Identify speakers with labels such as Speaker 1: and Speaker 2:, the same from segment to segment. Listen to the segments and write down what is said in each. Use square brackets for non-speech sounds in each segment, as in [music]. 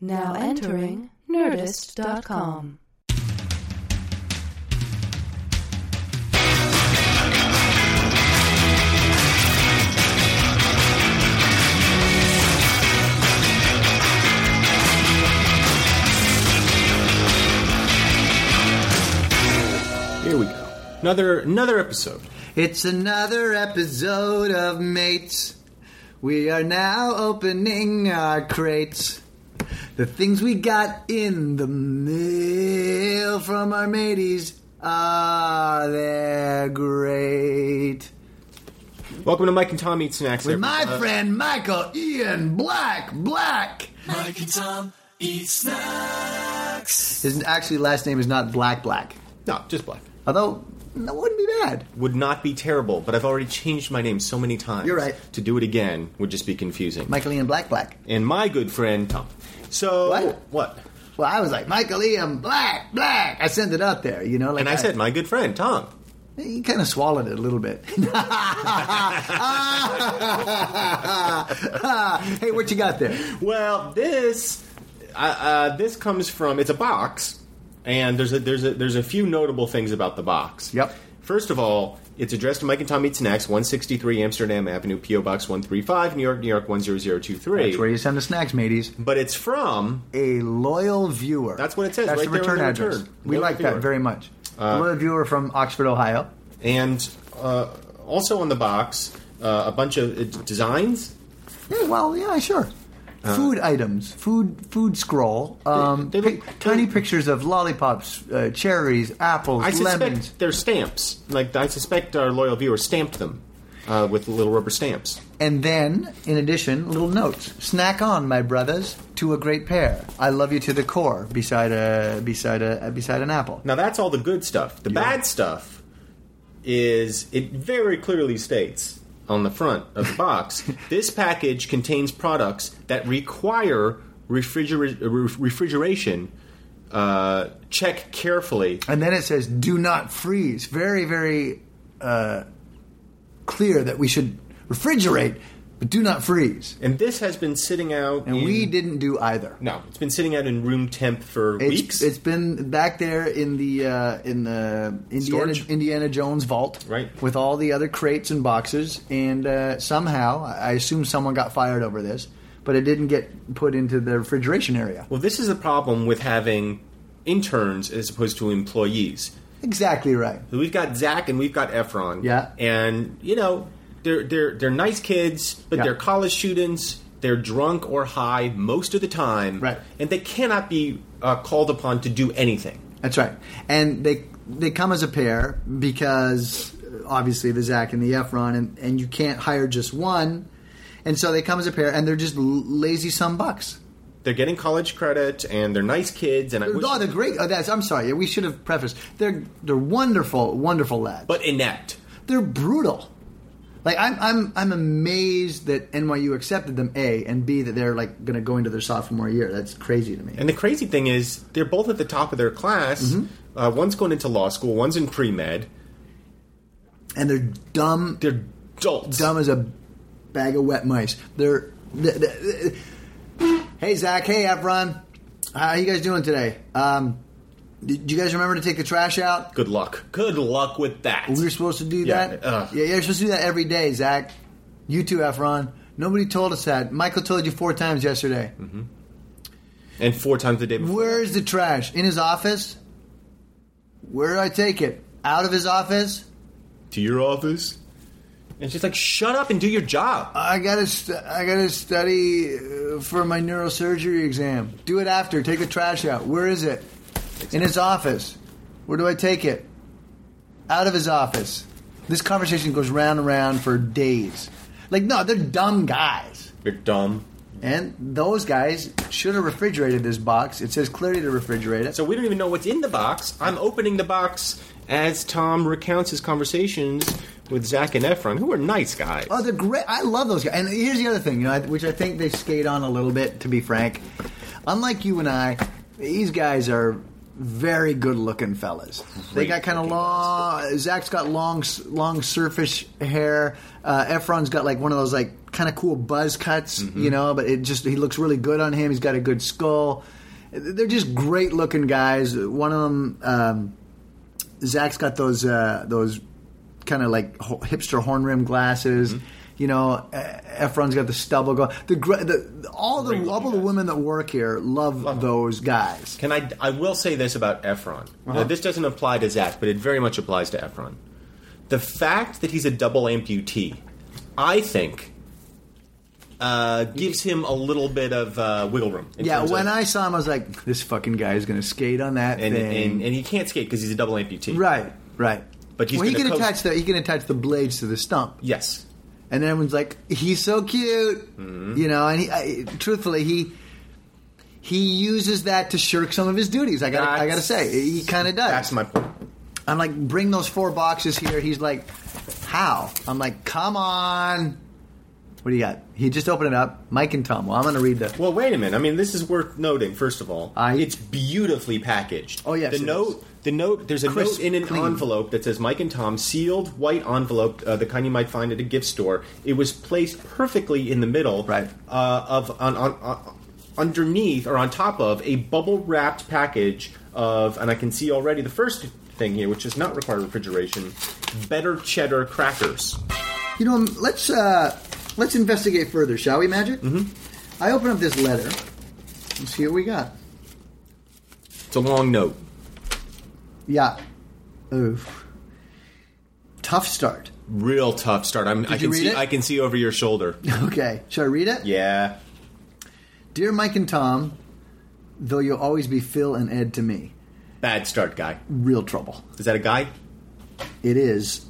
Speaker 1: Now entering Nerdist.com.
Speaker 2: Here we go. Another another episode.
Speaker 3: It's another episode of Mates. We are now opening our crates. The things we got in the mail from our mateys are they're great.
Speaker 2: Welcome to Mike and Tom Eat Snacks.
Speaker 3: With my
Speaker 2: everybody.
Speaker 3: friend Michael Ian Black, Black.
Speaker 4: Mike and Tom eat snacks.
Speaker 3: His actually last name is not Black Black,
Speaker 2: No, just black.
Speaker 3: although that wouldn't be bad.
Speaker 2: Would not be terrible, but I've already changed my name so many times.
Speaker 3: You're right.
Speaker 2: To do it again would just be confusing.
Speaker 3: Michael Ian Black Black.
Speaker 2: and my good friend Tom. So
Speaker 3: What?
Speaker 2: what?
Speaker 3: Well, I was like Michael Ian Black Black. I sent it up there, you know. Like
Speaker 2: And I said my good friend Tom.
Speaker 3: He kind of swallowed it a little bit. [laughs] hey, what you got there?
Speaker 2: Well, this uh, uh, this comes from it's a box, and there's a there's a there's a few notable things about the box.
Speaker 3: Yep.
Speaker 2: First of all, it's addressed to Mike and Tom Eat Snacks, 163 Amsterdam Avenue, PO Box 135, New York, New York 10023.
Speaker 3: That's where you send the snacks, mateys.
Speaker 2: but it's from
Speaker 3: A loyal viewer.
Speaker 2: That's what it says
Speaker 3: That's
Speaker 2: right
Speaker 3: the
Speaker 2: there on
Speaker 3: return
Speaker 2: the
Speaker 3: address.
Speaker 2: return.
Speaker 3: We
Speaker 2: Loyal
Speaker 3: like
Speaker 2: viewer. Uh,
Speaker 3: that very much. A loyal viewer from Oxford, Ohio.
Speaker 2: and uh, also on the box uh, a bunch of uh, designs.
Speaker 3: Yeah, well, yeah, sure. food items, food, food scroll, um,
Speaker 2: Uh, They- they look-
Speaker 3: pic- tiny pictures of lollipops, uh, cherries, apples,
Speaker 2: I suspect
Speaker 3: lemons.
Speaker 2: they're stamps. Like I suspect our loyal viewer stamped them uh, with little rubber stamps.
Speaker 3: And then, in addition, little notes. Snack on, my brothers, to a great pair. I love you to the core. Beside a beside a beside an apple.
Speaker 2: Now that's all the good stuff. The bad stuff is it very clearly states on the front of the
Speaker 3: [laughs]
Speaker 2: box this package contains products that require refrigera- uh, re- refrigeration. Uh, check carefully.
Speaker 3: And then it says, "Do not freeze." Very very uh, clear that we should refrigerate, but do not freeze.
Speaker 2: And this has been sitting out.
Speaker 3: And
Speaker 2: in-
Speaker 3: we didn't do either.
Speaker 2: No, it's been sitting out in room temp for
Speaker 3: It's,
Speaker 2: weeks.
Speaker 3: it's been back there in the uh, in the Indiana
Speaker 2: Storage?
Speaker 3: Indiana Jones vault,
Speaker 2: Right.
Speaker 3: With all the other crates and boxes, and uh, somehow I I assume someone got fired over this, but it didn't get put into the refrigeration area.
Speaker 2: well, this is the problem with having interns as opposed to employees.
Speaker 3: Exactly right.
Speaker 2: So we've got Zach and we've got Efron.
Speaker 3: Yeah.
Speaker 2: And you know, they're they're they're nice kids, but
Speaker 3: Yeah.
Speaker 2: they're college students. They're drunk or high most of the time.
Speaker 3: Right.
Speaker 2: And they cannot be uh, called upon to do anything.
Speaker 3: That's right. And they they come as a pair because uh, obviously the Zach and the Efron, and, and you can't hire just one, and so they come as a pair, and they're just l- lazy some bucks.
Speaker 2: They're getting college credit and they're nice kids and I wish,
Speaker 3: Oh, they're great. Oh, that's, I'm sorry. We should have prefaced. They're they're wonderful, wonderful lads.
Speaker 2: but inept.
Speaker 3: they're brutal. Like I'm, I'm, I'm amazed that NYU accepted them. A and B that they're like going to go into their sophomore year. That's crazy to me.
Speaker 2: And the crazy thing is, they're both at the top of their class.
Speaker 3: Mm-hmm.
Speaker 2: Uh, one's going into law school, one's in pre med.
Speaker 3: And they're dumb,
Speaker 2: They're adults.
Speaker 3: dumb as a bag of wet mice. They're, th th th- hey Zach, hey Efron, how you guys doing today? Um, did you guys remember to take the trash out?
Speaker 2: Good luck. Good luck with that.
Speaker 3: We were supposed to do
Speaker 2: Yeah,
Speaker 3: that.
Speaker 2: ugh.
Speaker 3: Yeah, you're supposed to do that every day, Zach. You too, Efron. Nobody told us that. Michael told you four times yesterday.
Speaker 2: and four times a day before.
Speaker 3: Where's the trash? In his office? Where do I take it? Out of his office?
Speaker 2: to your office. And she's like, shut up and do your job.
Speaker 3: I gotta, st- I gotta study uh, for my neurosurgery exam. Do it after. Take the trash out. Where is it? In his office. Where do I take it? Out of his office. This conversation goes round and round for days. Like, no, they're dumb guys.
Speaker 2: You're dumb.
Speaker 3: And those guys should have refrigerated this box. It says clearly to refrigerate it.
Speaker 2: So we don't even know what's in the box. I'm opening the box as Tom recounts his conversations with Zach and Efron, who are nice guys.
Speaker 3: Oh, they're great. I love those guys. And here's the other thing, you know, which I think they skate on a little bit, to be frank. Unlike you and I, these guys are very good-looking fellas. they got kind of long. Zach's got long, s- long surface hair. Uh, Efron's got like one of those like kind of cool buzz cuts, you know. But it just he looks really good on him. He's got a good skull. They're just great-looking guys. One of them. Um, Zach's got those uh, those kind of like ho- hipster horn rim glasses. You know, uh, Efron's got the stubble going. The, gr- the all the all the women that work here love, those guys.
Speaker 2: Can I? I will say this about Efron. Now,
Speaker 3: Uh-huh.
Speaker 2: this doesn't apply to Zach, but it very much applies to Efron. The fact that he's a double amputee, I think, uh, gives him a little bit of uh, wiggle room. in
Speaker 3: Yeah,
Speaker 2: terms
Speaker 3: when
Speaker 2: of-
Speaker 3: I saw him, I was like, this fucking guy is going to skate on that
Speaker 2: and,
Speaker 3: thing.
Speaker 2: and and he can't skate because he's a double amputee.
Speaker 3: right, right.
Speaker 2: But he's
Speaker 3: well, he
Speaker 2: gonna
Speaker 3: can
Speaker 2: coast-
Speaker 3: attach the he can attach the blades to the stump.
Speaker 2: Yes.
Speaker 3: and then everyone's like, "He's so cute,"
Speaker 2: Mm-hmm.
Speaker 3: you know. And he, I, truthfully, he he uses that to shirk some of his duties. I got I got to
Speaker 2: That's-
Speaker 3: say, he kind of does.
Speaker 2: That's my point.
Speaker 3: I'm like, bring those four boxes here. He's like, how? I'm like, come on. What do you got? He just opened it up. Mike and Tom. Well, I'm going to read the.
Speaker 2: Well, wait a minute. I mean, this is worth noting. First of all,
Speaker 3: I-
Speaker 2: it's beautifully packaged.
Speaker 3: Oh, yes,
Speaker 2: the
Speaker 3: it
Speaker 2: note. The note. There's a
Speaker 3: Crisp,
Speaker 2: note in an
Speaker 3: clean.
Speaker 2: envelope that says "Mike and Tom," sealed white envelope, uh, the kind you might find at a gift store. It was placed perfectly in the middle,
Speaker 3: Right.
Speaker 2: Uh, of on, on, on underneath or on top of a bubble wrapped package of, and I can see already the first thing here, which does not require refrigeration. Better cheddar crackers.
Speaker 3: You know, let's uh, let's investigate further, shall we, Magic? Mm-hmm. I open up this letter. Let's see what we got.
Speaker 2: It's a long note.
Speaker 3: Yeah. Oof. Tough start. [laughs]
Speaker 2: Real tough start. I'm, I
Speaker 3: you
Speaker 2: can
Speaker 3: read
Speaker 2: see.
Speaker 3: it?
Speaker 2: I can see over your
Speaker 3: [laughs]
Speaker 2: shoulder.
Speaker 3: Okay. Shall I read it?
Speaker 2: Yeah.
Speaker 3: Dear Mike and Tom, though you'll always be Phil and Ed to me,
Speaker 2: Bad start, guy.
Speaker 3: real trouble.
Speaker 2: Is that a guy?
Speaker 3: it is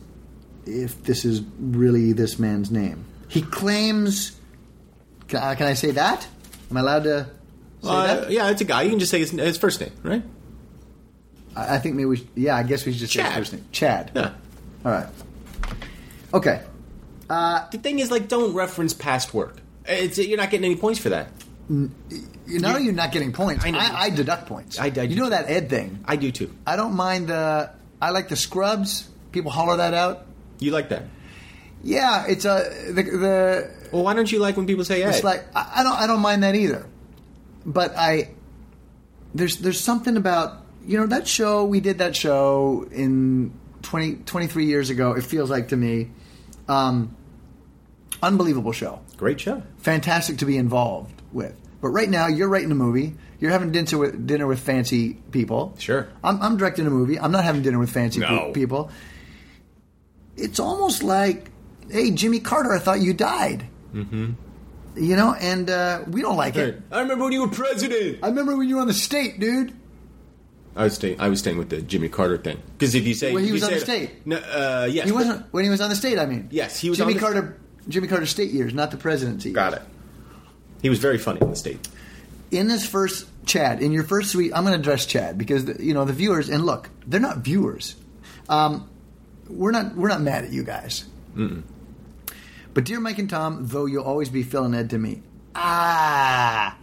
Speaker 3: if this is really this man's name. He claims. Can I, can I say that? Am I allowed to say
Speaker 2: Uh,
Speaker 3: that?
Speaker 2: yeah, it's a guy. You can just say his, his first name, right?
Speaker 3: I I think maybe we. Should, yeah, I guess we should just say his
Speaker 2: Chad.
Speaker 3: first name. Chad.
Speaker 2: Yeah.
Speaker 3: All right. Okay.
Speaker 2: The thing is, like, don't reference past work. It's you're not getting any points for that.
Speaker 3: You know you're not getting points.
Speaker 2: I
Speaker 3: I,
Speaker 2: know.
Speaker 3: I, deduct points.
Speaker 2: I- I
Speaker 3: you
Speaker 2: do
Speaker 3: know
Speaker 2: too.
Speaker 3: that Ed thing.
Speaker 2: I do too.
Speaker 3: I don't mind the. I like the scrubs. People holler that out.
Speaker 2: You like that?
Speaker 3: Yeah, it's a the, the
Speaker 2: Well, why don't you like when people say Ed?
Speaker 3: It's like I, I don't I don't mind that either. But I there's there's something about you know that show we did that show in 20, 23 years ago. It feels like to me, um, unbelievable show,
Speaker 2: Great show.
Speaker 3: fantastic to be involved with. But right now you're writing a movie. You're having dinner with, dinner with fancy people.
Speaker 2: Sure.
Speaker 3: I'm, I'm directing a movie. I'm not having dinner with fancy pe-
Speaker 2: No.
Speaker 3: people. It's almost like, hey, Jimmy Carter, I thought you died. Mm-hmm. You know, and uh, we don't like it.
Speaker 2: I remember when you were president.
Speaker 3: I remember when you were on the state, dude.
Speaker 2: I was staying. I was staying with the Jimmy Carter thing because if you say
Speaker 3: Well, he
Speaker 2: if
Speaker 3: was
Speaker 2: you
Speaker 3: on
Speaker 2: say-
Speaker 3: the state.
Speaker 2: No, uh, yes,
Speaker 3: He
Speaker 2: but-
Speaker 3: wasn't when he was on the state. I mean,
Speaker 2: Yes, he was
Speaker 3: Jimmy
Speaker 2: on the-
Speaker 3: Carter. Jimmy Carter state years, not the presidency.
Speaker 2: Got it. He was very funny in the state.
Speaker 3: In this first Chad, in your first suite, I'm going to address Chad because the, you know the viewers. And look, they're not viewers. Um, we're not we're not mad at you guys. But dear Mike and Tom, though you'll always be Phil and Ed to me. Ah.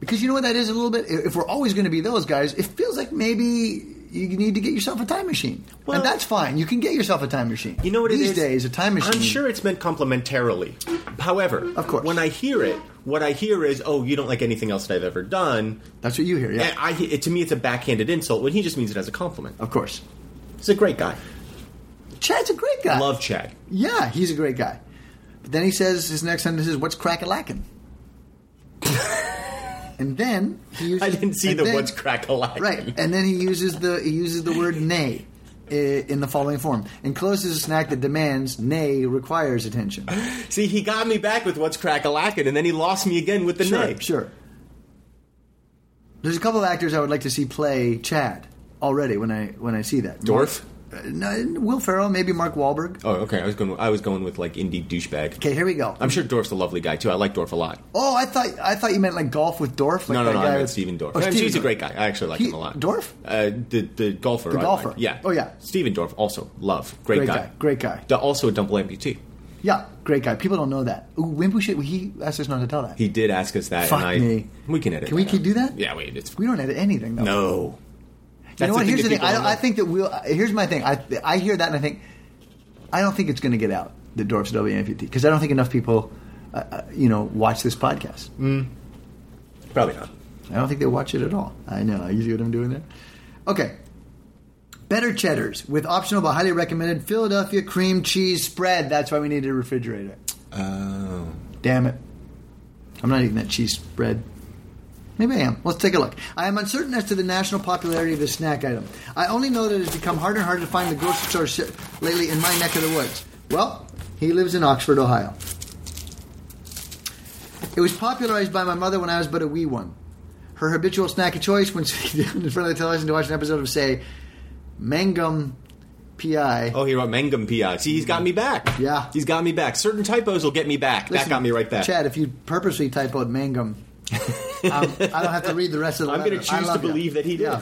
Speaker 3: Because you know what that is a little bit? If we're always going to be those guys, it feels like maybe you need to get yourself a time machine.
Speaker 2: Well-
Speaker 3: and that's fine. You can get yourself a time machine.
Speaker 2: You know what
Speaker 3: These
Speaker 2: it is?
Speaker 3: days, a time machine.
Speaker 2: I'm sure it's meant complimentarily. However,
Speaker 3: Of course.
Speaker 2: when I hear it, what I hear is, "Oh, you don't like anything else that I've ever done."
Speaker 3: That's what you hear, yeah.
Speaker 2: And I, it, to me, it's a backhanded insult when he just means it as a compliment.
Speaker 3: of course.
Speaker 2: He's a great guy.
Speaker 3: Chad's a great guy.
Speaker 2: Love Chad.
Speaker 3: Uh, Yeah, he's a great guy. But then he says his next sentence is, "What's crack
Speaker 2: [laughs]
Speaker 3: a lacking?" and then he uses,
Speaker 2: I didn't see
Speaker 3: and
Speaker 2: the
Speaker 3: then-
Speaker 2: what's crack a lot.
Speaker 3: right, and then he uses the he uses the word nay i- in the following form: encloses a snack that demands nay requires attention.
Speaker 2: [laughs] See, he got me back with what's crack a lacking, and then he lost me again with the
Speaker 3: sure,
Speaker 2: name.
Speaker 3: sure. There's a couple of actors I would like to see play Chad already when I when I see that. uh,
Speaker 2: Dorf?
Speaker 3: no, Will Ferrell, maybe Mark Wahlberg.
Speaker 2: Oh, okay. I was going. I was going with like indie douchebag.
Speaker 3: Okay, here we go.
Speaker 2: I'm sure Dorf's a lovely guy too. I like Dorf a lot.
Speaker 3: Oh, I thought I thought you meant like golf with Dorf. Like
Speaker 2: no, no,
Speaker 3: that
Speaker 2: no.
Speaker 3: guy
Speaker 2: I meant
Speaker 3: with-
Speaker 2: Steven Dorf.
Speaker 3: Oh,
Speaker 2: And
Speaker 3: Steven
Speaker 2: he's a
Speaker 3: Dorf.
Speaker 2: great guy. I actually like
Speaker 3: He-
Speaker 2: him a lot.
Speaker 3: Dorf?
Speaker 2: Uh, the the golfer. The
Speaker 3: golfer.
Speaker 2: Yeah.
Speaker 3: Oh, yeah.
Speaker 2: Steven Dorf also love. Great,
Speaker 3: Great guy, great guy.
Speaker 2: D- also a double amputee.
Speaker 3: Yeah, great guy. People don't know that. Ooh, maybe we should. He asked us not to tell that.
Speaker 2: He did ask us that.
Speaker 3: Fuck
Speaker 2: and I,
Speaker 3: me.
Speaker 2: We can edit.
Speaker 3: Can we
Speaker 2: that
Speaker 3: keep
Speaker 2: out.
Speaker 3: do that?
Speaker 2: Yeah. Wait. It's
Speaker 3: we don't edit anything though.
Speaker 2: no. That's
Speaker 3: you know what?
Speaker 2: thing that
Speaker 3: Here's the thing.
Speaker 2: people don't
Speaker 3: I, I
Speaker 2: know.
Speaker 3: think that we'll. Here's my thing. I I hear that and I think I don't think it's going to get out that Dorf's a double amputee because I don't think enough people, uh, uh, you know, watch this podcast.
Speaker 2: Mm. probably not.
Speaker 3: I don't think they watch it at all. I know. You see what I'm doing there? Okay. Better cheddars with optional but highly recommended Philadelphia cream cheese spread. That's why we needed a refrigerator.
Speaker 2: Oh.
Speaker 3: Damn it. I'm not eating that cheese spread. Maybe I am. Let's take a look. I am uncertain as to the national popularity of this snack item. I only know that it has become harder and harder to find in the grocery store shi- lately in my neck of the woods. Well, he lives in Oxford, Ohio. It was popularized by my mother when I was but a wee one. Her habitual snack of choice when [laughs] sitting down in front of the television to watch an episode of, say, Mangum P.I.
Speaker 2: Oh, he wrote Mangum P.I. See, he's got me back.
Speaker 3: Yeah.
Speaker 2: He's got me back. Certain typos will get me back.
Speaker 3: Listen,
Speaker 2: that got me right back.
Speaker 3: Chad, if you purposely typoed Mangum, um, I don't have to read the rest of the
Speaker 2: I'm
Speaker 3: letter.
Speaker 2: going to
Speaker 3: I
Speaker 2: choose to
Speaker 3: love ya.
Speaker 2: believe that he did.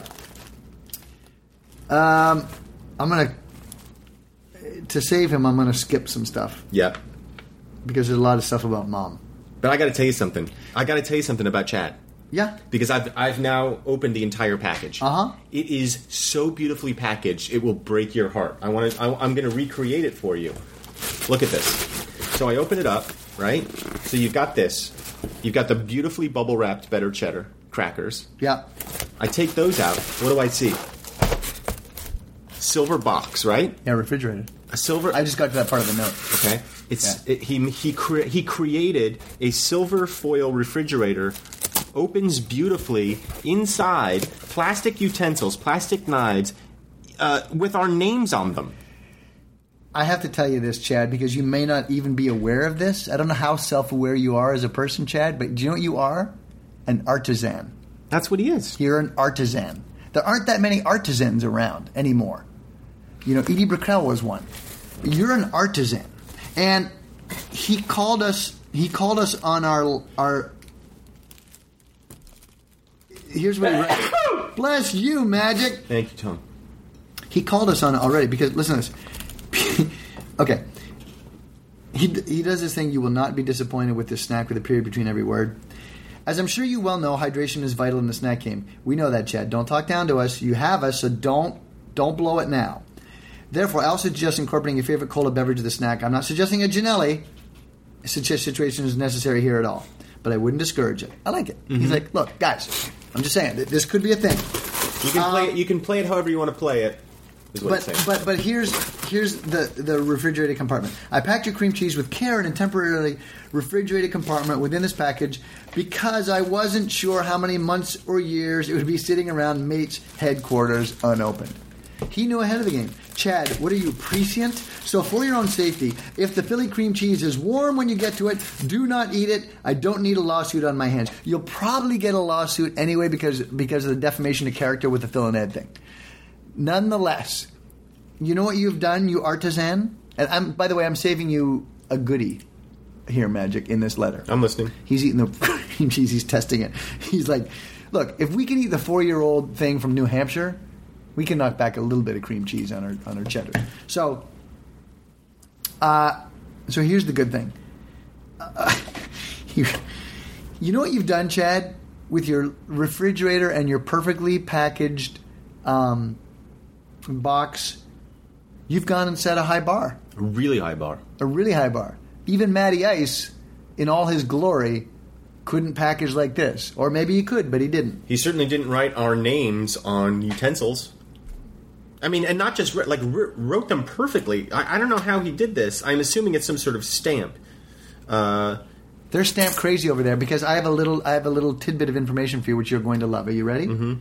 Speaker 3: Yeah. I'm going to, to save him, I'm going to skip some stuff
Speaker 2: Yep.
Speaker 3: because there's a lot of stuff about mom.
Speaker 2: But I got to tell you something. I got to tell you something about Chad.
Speaker 3: Yeah.
Speaker 2: Because I've I've now opened the entire package.
Speaker 3: Uh-huh.
Speaker 2: It is so beautifully packaged. It will break your heart. I want to. I, I'm going to recreate it for you. Look at this. So I open it up, right? So you've got this. You've got the beautifully bubble wrapped better cheddar crackers.
Speaker 3: Yeah.
Speaker 2: I take those out. What do I see? Silver box, right?
Speaker 3: Yeah, refrigerated.
Speaker 2: A silver.
Speaker 3: I just got to that part of the note.
Speaker 2: Okay. It's
Speaker 3: Yeah.
Speaker 2: it, he he cre- he created a silver foil refrigerator. Opens beautifully inside plastic utensils, plastic knives, uh, with our names on them.
Speaker 3: I have to tell you this, Chad, because you may not even be aware of this. I don't know how self aware you are as a person, Chad, but do you know what you are? An artisan.
Speaker 2: That's what he is.
Speaker 3: You're an artisan. There aren't that many artisans around anymore. You know, Edie Brickell was one. You're an artisan, and he called us. He called us on our our. Here's what he wrote. Bless you, magic.
Speaker 2: Thank you, Tom.
Speaker 3: He called us on it already because listen to this. [laughs] okay. He, he does this thing you will not be disappointed with this snack with a period between every word. As I'm sure you well know, hydration is vital in the snack game. We know that, Chad. Don't talk down to us. You have us, so don't don't blow it now. Therefore, I'll suggest incorporating your favorite cola beverage to the snack. I'm not suggesting a Ginelli such situation is necessary here at all, but I wouldn't discourage it. I like it. He's like, look, guys, I'm just saying th- this could be a thing.
Speaker 2: You can play it. You can play it however you want to play it. Is what he's
Speaker 3: Um, But
Speaker 2: saying.
Speaker 3: but but here's here's the the refrigerated compartment. I packed your cream cheese with care in a temporarily refrigerated compartment within this package because I wasn't sure how many months or years it would be sitting around Mate's headquarters unopened. He knew ahead of the game. Chad, what are you prescient? So for your own safety, if the Philly cream cheese is warm when you get to it, do not eat it. I don't need a lawsuit on my hands. You'll probably get a lawsuit anyway because because of the defamation of character with the Phil and Ed thing. Nonetheless, you know what you've done, you artisan? And I'm by the way, I'm saving you a goodie here, Magic, in this letter.
Speaker 2: I'm listening.
Speaker 3: He's eating the [laughs] cream cheese, he's testing it. He's like, look, if we can eat the four year old thing from New Hampshire, we can knock back a little bit of cream cheese on our on our cheddar. So uh so here's the good thing. You, [laughs] you know what you've done, Chad, with your refrigerator and your perfectly packaged um, box? You've gone and set a high bar,
Speaker 2: Really high bar.
Speaker 3: a really high bar. Even Matty Ice, in all his glory, couldn't package like this. Or maybe he could, but he didn't.
Speaker 2: He certainly didn't write our names on utensils. I mean, and not just writ- like wr- wrote them perfectly. I, I don't know how he did this. I'm assuming it's some sort of stamp. Uh,
Speaker 3: They're stamped crazy over there because I have a little I have a little tidbit of information for you which you're going to love. Are you ready? Mm-hmm.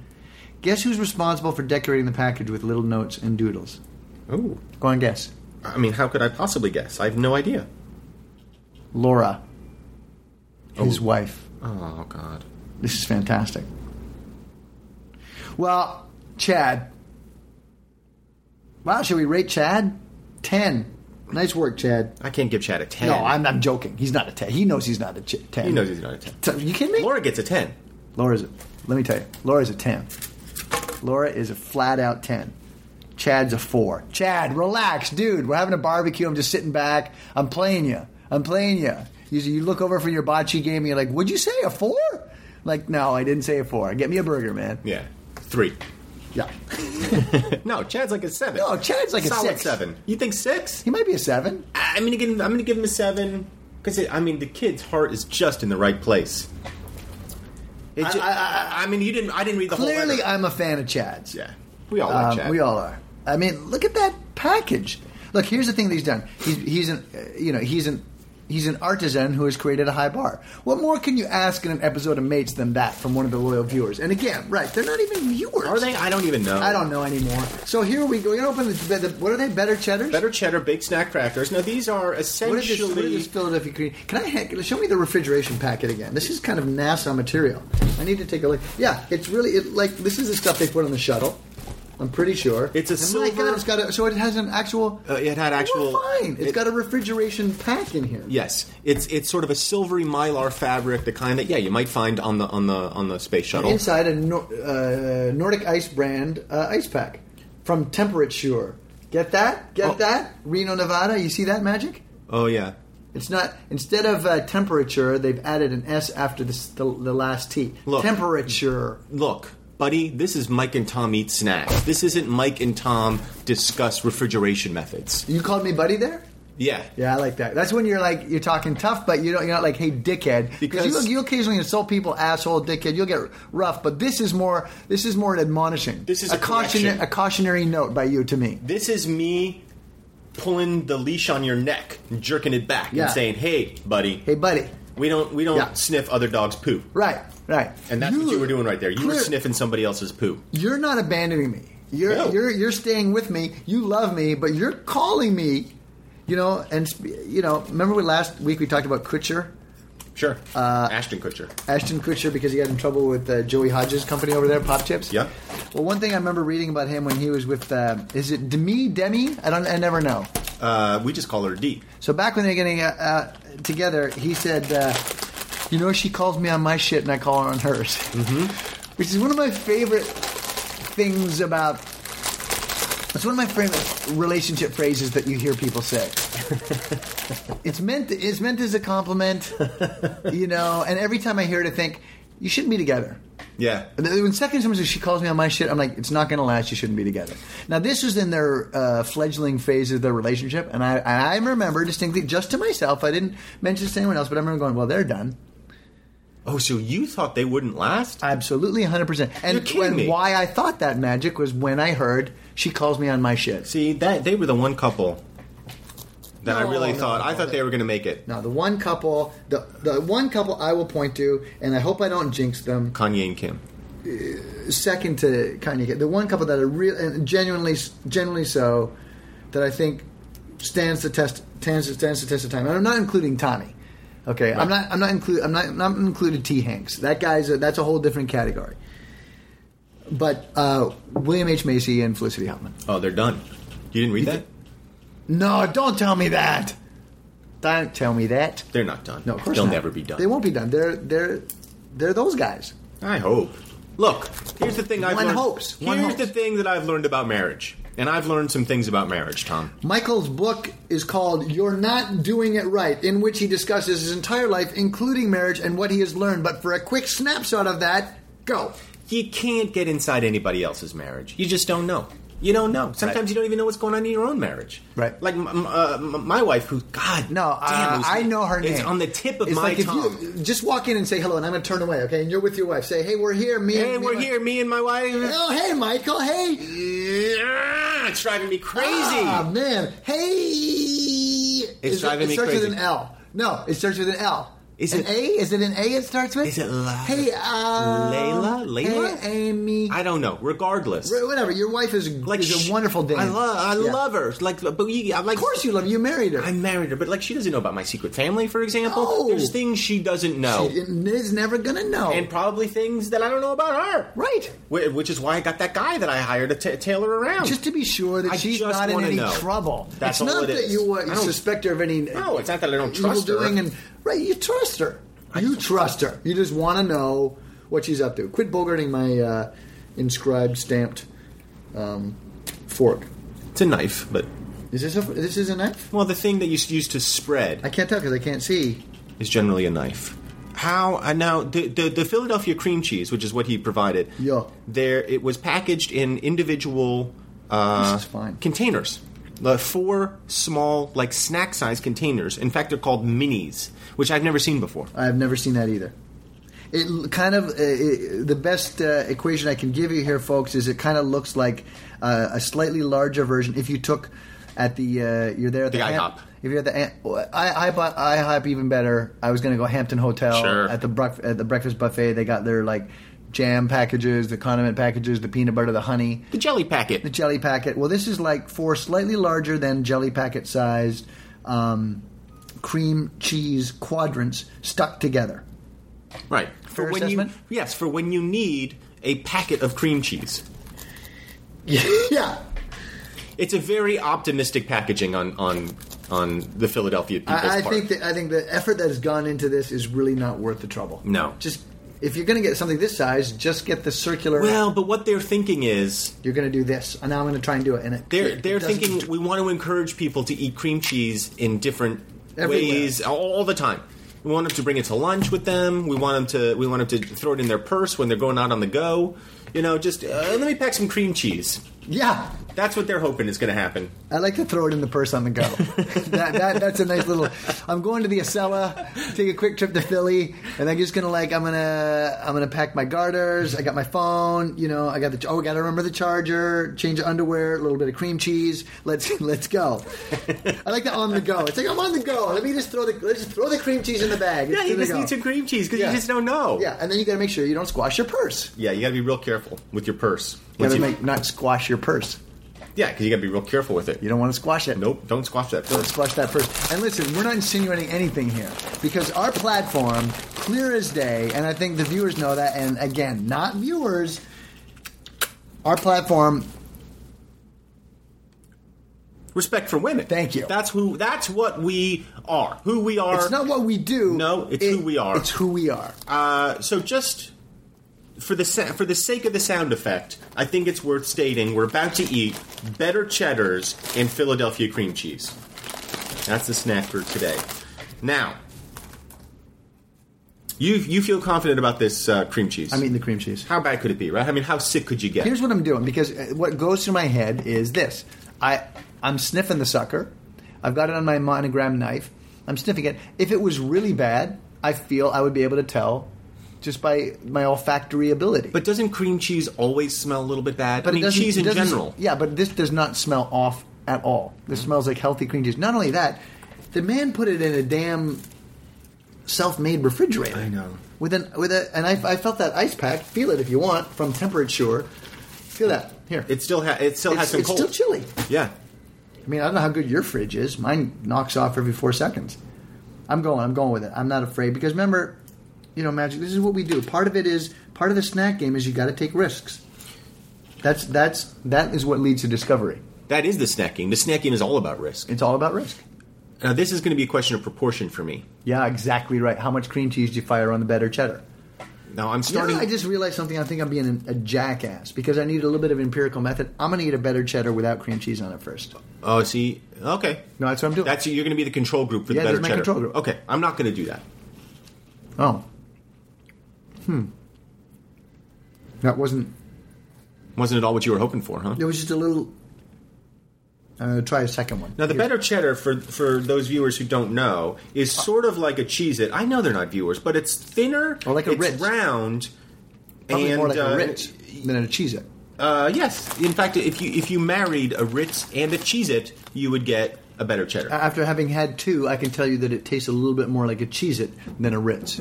Speaker 3: Guess who's responsible for decorating the package with little notes and doodles?
Speaker 2: oh,
Speaker 3: Go on, guess.
Speaker 2: I mean, how could I possibly guess? I have no idea.
Speaker 3: Laura, his
Speaker 2: Oh.
Speaker 3: wife.
Speaker 2: Oh God.
Speaker 3: This is fantastic. Well, Chad, Wow, should we rate Chad? Ten. Nice work, Chad.
Speaker 2: I can't give Chad a 10.
Speaker 3: No, I'm, I'm joking. He's not a ten. He knows he's not a ch- ten.
Speaker 2: He knows he's not a 10.
Speaker 3: You kidding me?
Speaker 2: Laura gets a 10.
Speaker 3: Laura's a, let me tell you, Laura's a 10. Laura is a flat out 10. Chad's a 4. Chad, relax, dude. We're having a barbecue. I'm just sitting back. I'm playing you. I'm playing you. You, you look over from your bocce game and you're like, would you say a 4? Like, no, I didn't say a 4. Get me a burger, man.
Speaker 2: Yeah. 3.
Speaker 3: Yeah.
Speaker 2: No, Chad's like a 7.
Speaker 3: No, Chad's like a
Speaker 2: Solid
Speaker 3: six.
Speaker 2: 7. You think 6?
Speaker 3: He might be a 7.
Speaker 2: I'm going to give him I'm going to give him a 7 cuz I mean the kid's heart is just in the right place. It ju- I, mean you didn't I didn't read the whole
Speaker 3: Clearly,
Speaker 2: letter.
Speaker 3: I'm a fan of Chad's.
Speaker 2: yeah. We all like
Speaker 3: Um,
Speaker 2: Chad.
Speaker 3: We all are. I mean, look at that package. Look, here's the thing that he's done. He's, he's an, uh, you know, he's an, he's an artisan who has created a high bar. What more can you ask in an episode of Mates than that from one of the loyal viewers? And again, right? They're not even viewers.
Speaker 2: Are they? I don't even know.
Speaker 3: I don't know anymore. So here we go. We're gonna open the, the what are they? Better cheddars.
Speaker 2: Better cheddar baked snack crackers. Now these are
Speaker 3: What is,
Speaker 2: essentially
Speaker 3: this, what is this Philadelphia cream? Can I ha- show me the refrigeration packet again? This is kind of NASA material. I need to take a look. Yeah, it's really it, like this is the stuff they put on the shuttle. I'm pretty sure
Speaker 2: It's a
Speaker 3: And
Speaker 2: silver-
Speaker 3: My God, it's got a, so it has an actual.
Speaker 2: Uh, it had actual-
Speaker 3: We're fine. It's
Speaker 2: it-
Speaker 3: got a refrigeration pack in here.
Speaker 2: Yes, it's it's sort of a silvery mylar fabric, the kind that yeah you might find on the on the on the space shuttle.
Speaker 3: Inside a Nor- uh, Nordic Ice brand uh, ice pack from Temperature. Get that? Get
Speaker 2: Oh.
Speaker 3: that? Reno, Nevada. You see that magic?
Speaker 2: oh yeah,
Speaker 3: It's not instead of uh, temperature, they've added an S after this, the, the last T.
Speaker 2: Look.
Speaker 3: Temperature.
Speaker 2: look, buddy, this is Mike and Tom eat snacks. This isn't Mike and Tom discuss refrigeration methods.
Speaker 3: You called me buddy there.
Speaker 2: Yeah,
Speaker 3: Yeah, I like that. That's when you're like you're talking tough, but you don't. You're not like, hey, dickhead, because
Speaker 2: Because-
Speaker 3: you, you occasionally insult people, asshole, dickhead. You'll get rough, but this is more. This is more an admonishing.
Speaker 2: This is a
Speaker 3: cautionary,
Speaker 2: correction.
Speaker 3: a cautionary note by you to me.
Speaker 2: This is me pulling the leash on your neck, and jerking it back,
Speaker 3: Yeah.
Speaker 2: and saying, "Hey, buddy,
Speaker 3: Hey, buddy.
Speaker 2: we don't we don't
Speaker 3: Yeah.
Speaker 2: sniff other dogs' poo."
Speaker 3: Right, right.
Speaker 2: And that's what you were doing right there. You were
Speaker 3: clear-
Speaker 2: sniffing somebody else's poo.
Speaker 3: You're not abandoning me. You're
Speaker 2: No.
Speaker 3: you're you're staying with me. You love me, but you're calling me. You know, and sp- you know. Remember, we last week we talked about Kutcher,
Speaker 2: Sure, uh, Ashton Kutcher.
Speaker 3: Ashton Kutcher, because he got in trouble with uh, Joey Hodges' company over there, Pop Chips.
Speaker 2: Yeah.
Speaker 3: Well, one thing I remember reading about him when he was with uh, is it Demi Demi? I don't. I never know.
Speaker 2: Uh, we just call her D.
Speaker 3: So back when they were getting uh, uh, together, he said, uh, "You know, she calls me on my shit, and I call her on hers," mm-hmm. which is one of my favorite things about. It's one of my favorite relationship phrases that you hear people say. it's meant it's meant as a compliment, you know. And every time I hear it, I think you shouldn't be together.
Speaker 2: Yeah,
Speaker 3: And then When second someone says she calls me on my shit, I'm like, it's not going to last. You shouldn't be together. Now this was in their uh, fledgling phase of their relationship, and I and I remember distinctly, just to myself, I didn't mention this to anyone else, but I remember going, well, they're done,
Speaker 2: Oh, so you thought they wouldn't last?
Speaker 3: absolutely, 100. percent And
Speaker 2: You're kidding
Speaker 3: and
Speaker 2: me.
Speaker 3: why I thought that magic was when I heard she calls me on my shit.
Speaker 2: See, that they were the one couple that
Speaker 3: No,
Speaker 2: I really
Speaker 3: no,
Speaker 2: thought.
Speaker 3: no,
Speaker 2: I thought they were going to make it.
Speaker 3: Now the one couple, the the one couple I will point to, and I hope I don't jinx them.
Speaker 2: Kanye and Kim.
Speaker 3: second to Kanye. The one couple that are real and genuinely, genuinely so, that I think stands the test, stands, stands the test of time. And I'm not including Tommy. Okay, I'm not. I'm not include. I'm not. I'm not included T. Hanks. That guy's. A, that's a whole different category. But uh, William H Macy and Felicity Huffman.
Speaker 2: Oh, they're done. You didn't read that?
Speaker 3: No, don't tell me that. Don't tell me that.
Speaker 2: They're not done.
Speaker 3: No, of course
Speaker 2: they'll
Speaker 3: not.
Speaker 2: never be done.
Speaker 3: They won't be done. They're they're they're those guys.
Speaker 2: I hope. Look, here's the thing I've
Speaker 3: One
Speaker 2: learned.
Speaker 3: hopes. One
Speaker 2: here's
Speaker 3: hopes.
Speaker 2: the thing that I've learned about marriage, and I've learned some things about marriage, Tom.
Speaker 3: Michael's book is called You're Not Doing It Right, in which he discusses his entire life, including marriage and what he has learned. But for a quick snapshot of that, go.
Speaker 2: You can't get inside anybody else's marriage. You just don't know. You don't know. Sometimes
Speaker 3: Right.
Speaker 2: you don't even know what's going on in your own marriage.
Speaker 3: Right.
Speaker 2: Like m- m- uh, m- my wife, who God,
Speaker 3: No,
Speaker 2: damn,
Speaker 3: uh,
Speaker 2: who's-
Speaker 3: I know her name.
Speaker 2: It's on the tip of
Speaker 3: It's
Speaker 2: my
Speaker 3: like if
Speaker 2: tongue.
Speaker 3: [laughs] you just walk in and say hello, and I'm going to turn away, okay? And you're with your wife. Say, hey, we're here. Me
Speaker 2: hey,
Speaker 3: and
Speaker 2: we're here. Me and my wife.
Speaker 3: Oh, hey, Michael. Hey.
Speaker 2: Yeah, it's driving me crazy.
Speaker 3: Ah, man. Hey.
Speaker 2: It's
Speaker 3: Is it-
Speaker 2: driving
Speaker 3: it
Speaker 2: me
Speaker 3: starts with
Speaker 2: crazy.
Speaker 3: an L. No, it starts with an L.
Speaker 2: Is
Speaker 3: An
Speaker 2: it?
Speaker 3: A? Is it an A it starts with?
Speaker 2: Is it La-
Speaker 3: Hey, uh.
Speaker 2: Layla? Layla?
Speaker 3: Hey, Amy.
Speaker 2: I don't know. Regardless,
Speaker 3: Right, whatever. Your wife is,
Speaker 2: like
Speaker 3: is
Speaker 2: sh-
Speaker 3: a wonderful dame.
Speaker 2: I love, I
Speaker 3: Yeah.
Speaker 2: love her. Like, but we, I like.
Speaker 3: Of course you love her. You married her.
Speaker 2: I married her, but like, she doesn't know about my secret family, for example.
Speaker 3: No.
Speaker 2: There's things she doesn't know,
Speaker 3: She is never gonna know.
Speaker 2: and probably things that I don't know about her.
Speaker 3: right.
Speaker 2: Wh- Which is why I got that guy that I hired to ta tail her around.
Speaker 3: Just to be sure that
Speaker 2: I
Speaker 3: she's
Speaker 2: just
Speaker 3: not in
Speaker 2: wanna
Speaker 3: any
Speaker 2: know.
Speaker 3: trouble.
Speaker 2: That's
Speaker 3: it's
Speaker 2: all
Speaker 3: not
Speaker 2: it
Speaker 3: that
Speaker 2: is.
Speaker 3: you
Speaker 2: I
Speaker 3: uh,
Speaker 2: don't-
Speaker 3: suspect her of any.
Speaker 2: No, it's not that I don't
Speaker 3: evil
Speaker 2: trust her.
Speaker 3: doing and right, you trust her. you trust her. You just want to know what she's up to. Quit bogarting my uh, inscribed, stamped um, fork.
Speaker 2: it's a knife, but
Speaker 3: Is this a this is a knife?
Speaker 2: well, the thing that you s- use to spread.
Speaker 3: I can't tell because I can't see.
Speaker 2: is generally a knife. How uh, now the, the the Philadelphia cream cheese, which is what he provided,
Speaker 3: Yeah.
Speaker 2: there it was packaged in individual uh,
Speaker 3: This is fine.
Speaker 2: containers, the four small like snack size containers. In fact, they're called minis, which I've never seen before.
Speaker 3: I've never seen that either. It l- kind of uh, it, the best uh, equation I can give you here, folks, is it kind of looks like uh, a slightly larger version. If you took at the uh, you're there at the,
Speaker 2: The
Speaker 3: Ham-
Speaker 2: IHOP.
Speaker 3: If you're at the Am- I I bought IHOP even better. I was going to go Hampton Hotel
Speaker 2: Sure.
Speaker 3: at the brec- at the breakfast buffet. They got their like jam packages, the condiment packages, the peanut butter, the honey,
Speaker 2: The jelly packet.
Speaker 3: the jelly packet. Well, this is like four slightly larger than jelly packet sized um, cream cheese quadrants
Speaker 2: [laughs]
Speaker 3: stuck together.
Speaker 2: Right.
Speaker 3: Fair
Speaker 2: for when
Speaker 3: assessment?
Speaker 2: you yes, for when you need a packet of cream cheese.
Speaker 3: yeah.
Speaker 2: It's a very optimistic packaging on on on the Philadelphia people's
Speaker 3: I, I
Speaker 2: part.
Speaker 3: think that I think the effort that has gone into this is really not worth the trouble.
Speaker 2: No.
Speaker 3: Just if you're going to get something this size, just get the circular.
Speaker 2: well, but what they're thinking is
Speaker 3: you're going to do this, and now I'm going to try and do it. And it,
Speaker 2: They're
Speaker 3: it
Speaker 2: they're
Speaker 3: doesn't-
Speaker 2: thinking we want to encourage people to eat cream cheese in different
Speaker 3: Everywhere.
Speaker 2: ways all, all the time. We want them to bring it to lunch with them. We want them to we want them to throw it in their purse when they're going out on the go. You know, just uh, let me pack some cream cheese.
Speaker 3: yeah.
Speaker 2: That's what they're hoping is going to happen.
Speaker 3: I like to throw it in the purse on
Speaker 2: [laughs]
Speaker 3: the go. that, that, that's a nice little. I'm going to the Acela, take a quick trip to Philly, and I'm just gonna like I'm gonna I'm gonna pack my garters. I got my phone. You know, I got the oh, I gotta remember the charger, change of underwear, a little bit of cream cheese. Let's [laughs] let's go. I like that on the go. It's like I'm on the go. Let me just throw the let's just throw the cream cheese in the bag. It's
Speaker 2: Yeah, you
Speaker 3: gonna
Speaker 2: just
Speaker 3: go.
Speaker 2: need some cream cheese because
Speaker 3: Yeah.
Speaker 2: you just don't know.
Speaker 3: Yeah, and then you gotta make sure you don't squash your purse.
Speaker 2: yeah, you got to be real careful with your purse.
Speaker 3: You
Speaker 2: Once
Speaker 3: gotta
Speaker 2: you-
Speaker 3: make not squash your purse.
Speaker 2: yeah, because you got to be real careful with it.
Speaker 3: You don't want to squash it.
Speaker 2: Nope, don't squash that
Speaker 3: Let's
Speaker 2: purse.
Speaker 3: flush that first. And listen, we're not insinuating anything here because our platform, clear as day, and I think the viewers know that. And again, not viewers. Our platform,
Speaker 2: Respect for women.
Speaker 3: Thank you.
Speaker 2: That's who. That's what we are. Who we are.
Speaker 3: it's not what we do.
Speaker 2: No, it's who we are.
Speaker 3: It's who we are.
Speaker 2: Uh, so just for the sa- for the sake of the sound effect, I think it's worth stating we're about to eat better cheddars and Philadelphia cream cheese. That's the snack for today. Now, you you feel confident about this uh, cream cheese?
Speaker 3: I'm eating the cream cheese.
Speaker 2: how bad could it be, right? I mean, how sick could you get?
Speaker 3: Here's what I'm doing because uh, what goes through my head is this: I I'm sniffing the sucker. I've got it on my monogram knife. I'm sniffing it. If it was really bad, I feel I would be able to tell just by my olfactory ability.
Speaker 2: but doesn't cream cheese always smell a little bit bad? I mean,
Speaker 3: doesn't-
Speaker 2: cheese in
Speaker 3: doesn't-
Speaker 2: general. Mm.
Speaker 3: Yeah, but this does not smell off at all. This smells like healthy cream cheese. Not only that, the man put it in a damn self-made refrigerator.
Speaker 2: I know.
Speaker 3: With an with a and I, I felt that ice pack. Feel it if you want from temperature. Feel that here.
Speaker 2: It still ha- it still
Speaker 3: it's,
Speaker 2: has some
Speaker 3: it's
Speaker 2: cold.
Speaker 3: still chilly.
Speaker 2: Yeah.
Speaker 3: I mean, I don't know how good your fridge is. Mine knocks off every four seconds. I'm going. I'm going with it. I'm not afraid because remember, you know, magic. This is what we do. Part of it is part of the snack game is you got to take risks. That's that's that is what leads to discovery.
Speaker 2: That is the snacking. The snacking is all about risk.
Speaker 3: It's all about risk.
Speaker 2: Now, this is going to be a question of proportion for me.
Speaker 3: Yeah, exactly right. How much cream cheese do you fire on the better cheddar?
Speaker 2: Now, I'm
Speaker 3: You know,
Speaker 2: starting.
Speaker 3: I just realized something. I think I'm being a jackass because I need a little bit of empirical method. I'm going to eat a better cheddar without cream cheese on it first.
Speaker 2: Oh, see, okay.
Speaker 3: No, that's what I'm doing.
Speaker 2: That's you're going to be the control group for
Speaker 3: Yeah,
Speaker 2: the better
Speaker 3: this is my
Speaker 2: cheddar.
Speaker 3: control group.
Speaker 2: Okay, I'm not going to do that.
Speaker 3: Oh. Hmm. That wasn't.
Speaker 2: Wasn't it all what you were hoping for, huh?
Speaker 3: It was just a little. I'm going to try a second one.
Speaker 2: Now, the
Speaker 3: Here.
Speaker 2: better cheddar for for those viewers who don't know is
Speaker 3: Ah.
Speaker 2: sort of like a cheese it. I know they're not viewers, but it's thinner,
Speaker 3: Or like a
Speaker 2: it's
Speaker 3: Ritz.
Speaker 2: round,
Speaker 3: Probably
Speaker 2: and
Speaker 3: more like
Speaker 2: uh,
Speaker 3: a Ritz than a cheese it.
Speaker 2: Uh, yes, in fact, if you if you married a Ritz and a cheese it, you would get a better cheddar.
Speaker 3: After having had two, I can tell you that it tastes a little bit more like a Cheez It than a Ritz.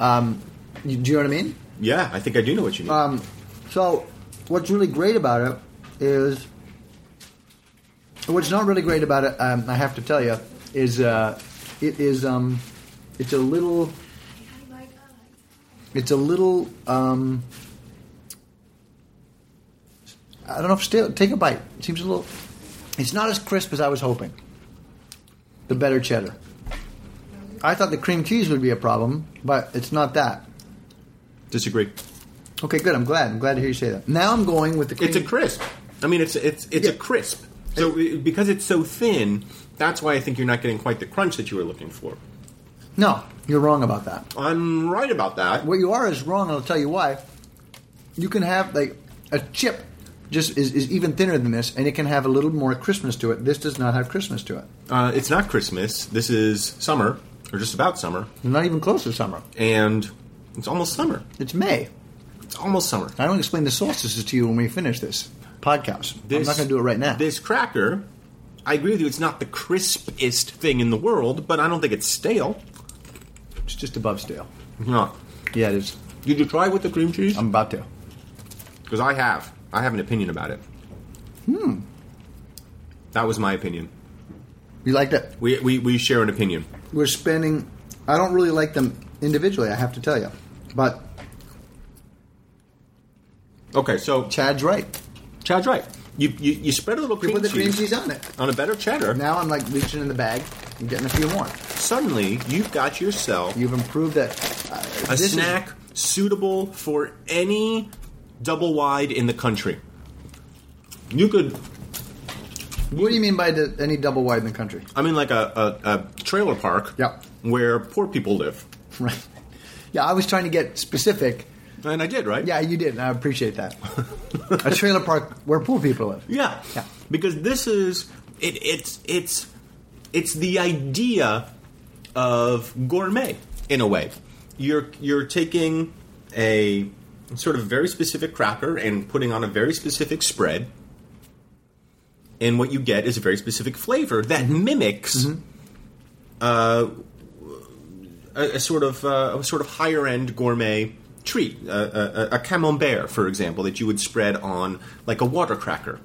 Speaker 3: Um, you, do you know what I mean?
Speaker 2: yeah, I think I do know what you need.
Speaker 3: Um, so, what's really great about it is. What's not really great about it, um, I have to tell you, is uh, it is um, it's a little, it's a little. Um, I don't know. if Still, take a bite. It seems a little. It's not as crisp as I was hoping. The better cheddar. I thought the cream cheese would be a problem, but it's not that.
Speaker 2: Disagree.
Speaker 3: Okay, good. I'm glad. I'm glad to hear you say that. Now I'm going with the. Cream.
Speaker 2: It's a crisp. I mean, it's it's it's a
Speaker 3: Yeah.
Speaker 2: crisp. So it- because it's so thin, that's why I think you're not getting quite the crunch that you were looking for.
Speaker 3: No, you're wrong about that.
Speaker 2: I'm right about that.
Speaker 3: What you are is wrong, and I'll tell you why. You can have like a chip, just is, is even thinner than this, and it can have a little more crispness to it. This does not have crispness to it.
Speaker 2: Uh, it's not Christmas. This is summer, or just about summer,
Speaker 3: Not even close to summer.
Speaker 2: and it's almost summer.
Speaker 3: It's May.
Speaker 2: It's almost summer.
Speaker 3: I don't explain the solstices to you when we finish this podcast. I'm not going to do it right now.
Speaker 2: This cracker, I agree with you. It's not the crispest thing in the world, but I don't think it's stale.
Speaker 3: it's just above stale.
Speaker 2: No.
Speaker 3: Yeah, it is.
Speaker 2: Did you try it with the cream cheese?
Speaker 3: I'm about to.
Speaker 2: Because I have. I have an opinion about it. Hmm. That was my opinion.
Speaker 3: You liked it?
Speaker 2: We, we, we share an opinion.
Speaker 3: we're spending. I don't really like them individually. I have to tell you, but
Speaker 2: Okay, so Ch-
Speaker 3: Chad's right.
Speaker 2: Chad's right. You, you, you spread a little
Speaker 3: You
Speaker 2: cream,
Speaker 3: put the
Speaker 2: cheese,
Speaker 3: cream cheese on it.
Speaker 2: on a better cheddar.
Speaker 3: Now I'm like reaching in the bag and getting a few more.
Speaker 2: Suddenly, you've got yourself
Speaker 3: You've improved it. Uh,
Speaker 2: a
Speaker 3: this is-
Speaker 2: snack suitable for any double wide in the country. You could,
Speaker 3: what do you mean by the, any double wide in the country? [laughs]
Speaker 2: I mean, like a, a, a trailer park
Speaker 3: Yep.
Speaker 2: where poor people live.
Speaker 3: Right. Yeah, I was trying to get specific.
Speaker 2: And I did, right?
Speaker 3: Yeah, you did. and I appreciate that. a trailer park where poor people live.
Speaker 2: Yeah.
Speaker 3: Yeah.
Speaker 2: Because this is it, it's it's it's the idea of gourmet in a way. You're you're taking a sort of very specific cracker and putting on a very specific spread. And what you get is a very specific flavor that mimics uh, a, a sort of uh, a sort of higher end gourmet treat, a, a, a camembert, for example, that you would spread on like a water cracker.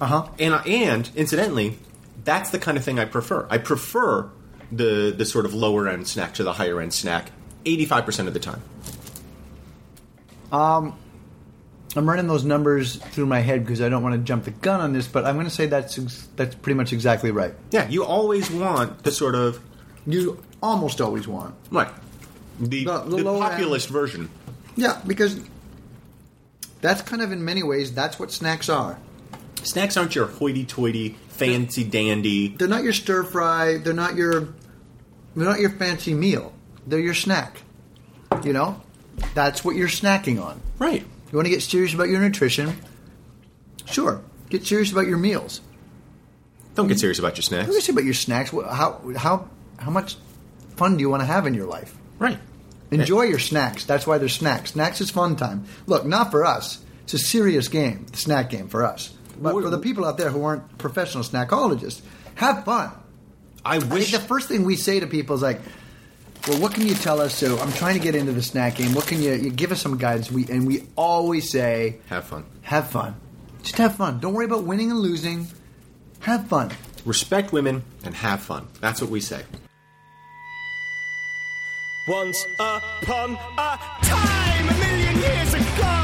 Speaker 3: Uh huh.
Speaker 2: And and incidentally, that's the kind of thing I prefer. I prefer the the sort of lower end snack to the higher end snack, eighty five percent of the time.
Speaker 3: I'm running those numbers through my head because I don't want to jump the gun on this, but I'm going to say that's ex- that's pretty much exactly right.
Speaker 2: Yeah, you always want the sort of
Speaker 3: You almost always want
Speaker 2: right the
Speaker 3: The-
Speaker 2: the,
Speaker 3: the lower
Speaker 2: populist version.
Speaker 3: Yeah, because that's kind of in many ways that's what snacks are.
Speaker 2: Snacks aren't your hoity toity, fancy dandy.
Speaker 3: They're not your stir fry. They're not your they're not your fancy meal. They're your snack. You know, that's what you're snacking on.
Speaker 2: Right.
Speaker 3: You want to get serious about your nutrition? Sure, get serious about your meals.
Speaker 2: Don't get serious about your snacks.
Speaker 3: What do you say about your snacks? What- How how how much fun do you want to have in your life?
Speaker 2: Right.
Speaker 3: Enjoy your snacks. That's why they're snacks. Snacks is fun time. Look, not for us. It's a serious game, the snack game for us. But
Speaker 2: We're-
Speaker 3: for the people out there who aren't professional snackologists, have fun.
Speaker 2: I
Speaker 3: I think
Speaker 2: wish
Speaker 3: the first thing we say to people is like, "Well, what can you tell us?" So I'm trying to get into the snack game. What can you, you give us some guidance? We and we always say,
Speaker 2: have fun.
Speaker 3: "Have fun. Just have fun. Don't worry about winning and losing. Have fun."
Speaker 2: Respect women and have fun. That's what we say.
Speaker 5: Once upon a time, a million years ago,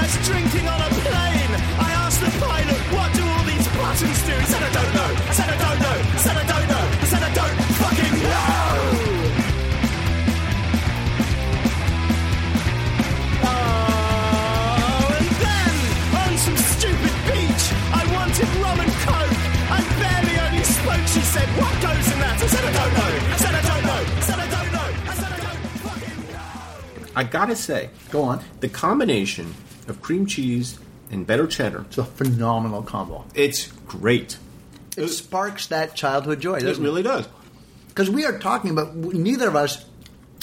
Speaker 5: I was drinking on a plane. I asked the pilot, what do all these buttons do? He said, I don't know. He said, I don't know. He said, I don't know. He said, I don't fucking know. Oh, and then, on some stupid beach, I wanted rum and coke. I barely only spoke. She said, what goes in that? I said, I don't know. I said, I don't know. I said, I don't know. I said, I don't fucking know.
Speaker 2: I gotta say,
Speaker 3: Go on.
Speaker 2: the combination of cream cheese and better cheddar,
Speaker 3: It's a phenomenal combo.
Speaker 2: it's great.
Speaker 3: It sparks that childhood joy.
Speaker 2: It
Speaker 3: doesn't
Speaker 2: really does.
Speaker 3: because we are talking about neither of us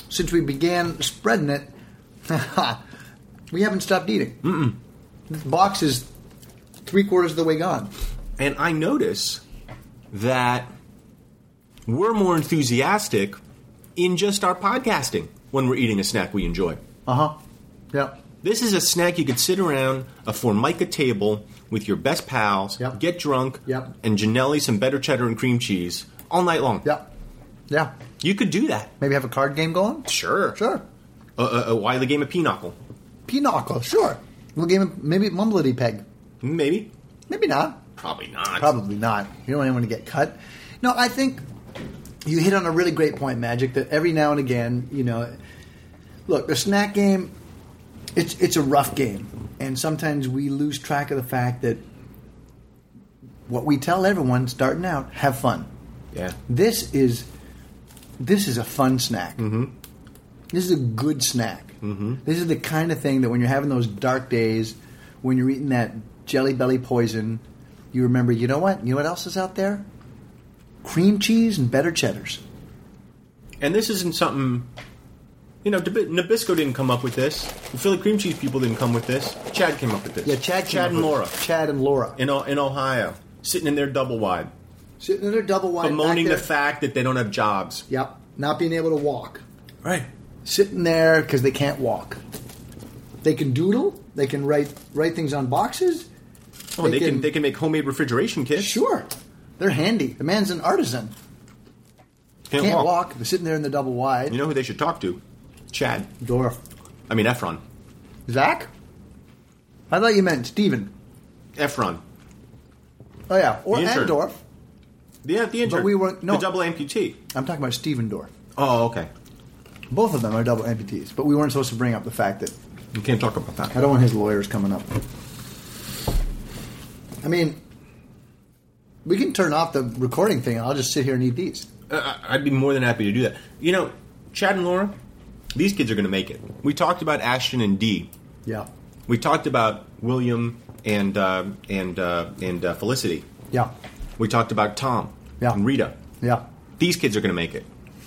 Speaker 3: since we began spreading it [laughs] we haven't stopped eating Mm-mm. this box is three quarters of the way gone
Speaker 2: And I notice that we're more enthusiastic in just our podcasting when we're eating a snack we enjoy.
Speaker 3: Uh huh. Yep.
Speaker 2: This is a snack you could sit around a formica table with your best pals,
Speaker 3: Yep.
Speaker 2: get drunk,
Speaker 3: Yep.
Speaker 2: and Janelli some better cheddar and cream cheese all night long.
Speaker 3: Yep. Yeah.
Speaker 2: You could do that.
Speaker 3: Maybe have a card game going.
Speaker 2: Sure.
Speaker 3: Sure.
Speaker 2: A, a, a wily game of pinochle.
Speaker 3: Pinochle. Sure. We'll game of- maybe mumblety peg.
Speaker 2: Maybe.
Speaker 3: Maybe not.
Speaker 2: Probably not.
Speaker 3: Probably not. You don't want to get cut. No, I think you hit on a really great point, Magic. That every now and again, you know, look, the snack game, it's it's a rough game, and sometimes we lose track of the fact that what we tell everyone starting out: have fun.
Speaker 2: Yeah.
Speaker 3: This is this is a fun snack. Mm-hmm. This is a good snack. Mm-hmm. This is the kind of thing that when you're having those dark days, when you're eating that jelly belly poison, you remember. You know what? You know what else is out there? Cream cheese and better cheddars.
Speaker 2: And this isn't something. You know, Dabi- Nabisco didn't come up with this. The Philly cream cheese people didn't come with this. Chad came up with this.
Speaker 3: Yeah, Chad. came
Speaker 2: Chad
Speaker 3: up
Speaker 2: and
Speaker 3: with-
Speaker 2: Laura
Speaker 3: Chad and Laura.
Speaker 2: in O- in Ohio, sitting in their double wide,
Speaker 3: Sitting in their double wide. back
Speaker 2: bemoaning the
Speaker 3: there.
Speaker 2: fact that they don't have jobs.
Speaker 3: Yep. Not being able to walk.
Speaker 2: Right.
Speaker 3: sitting there because they can't walk. They can doodle. They can write write things on boxes.
Speaker 2: Oh, they, can, they can make homemade refrigeration kits.
Speaker 3: sure. They're handy. The man's an artisan.
Speaker 2: Can't,
Speaker 3: Can't, walk. They're sitting there in the double wide.
Speaker 2: You know who they should talk to? Chad.
Speaker 3: Dora.
Speaker 2: I mean Efron.
Speaker 3: Zach. I thought you meant Steven.
Speaker 2: Efron.
Speaker 3: Oh yeah, or
Speaker 2: The intern.
Speaker 3: Andorf.
Speaker 2: The the intern.
Speaker 3: we weren't- no.
Speaker 2: The double amputee.
Speaker 3: I'm talking about Steven Dorff.
Speaker 2: Oh, okay.
Speaker 3: Both of them are double amputees, but we weren't supposed to bring up the fact that
Speaker 2: You can't talk about
Speaker 3: I
Speaker 2: that.
Speaker 3: don't want his lawyers coming up. I mean, we can turn off the recording thing, and I'll just sit here and eat these.
Speaker 2: Uh, I'd be more than happy to do that. You know, Chad and Laura, these kids are going to make it. We talked about Ashton and Dee.
Speaker 3: Yeah,
Speaker 2: We talked about William and uh, and uh, and uh, Felicity.
Speaker 3: yeah,
Speaker 2: We talked about Tom
Speaker 3: Yeah.
Speaker 2: and Rita.
Speaker 3: yeah.
Speaker 2: These kids are going to make it.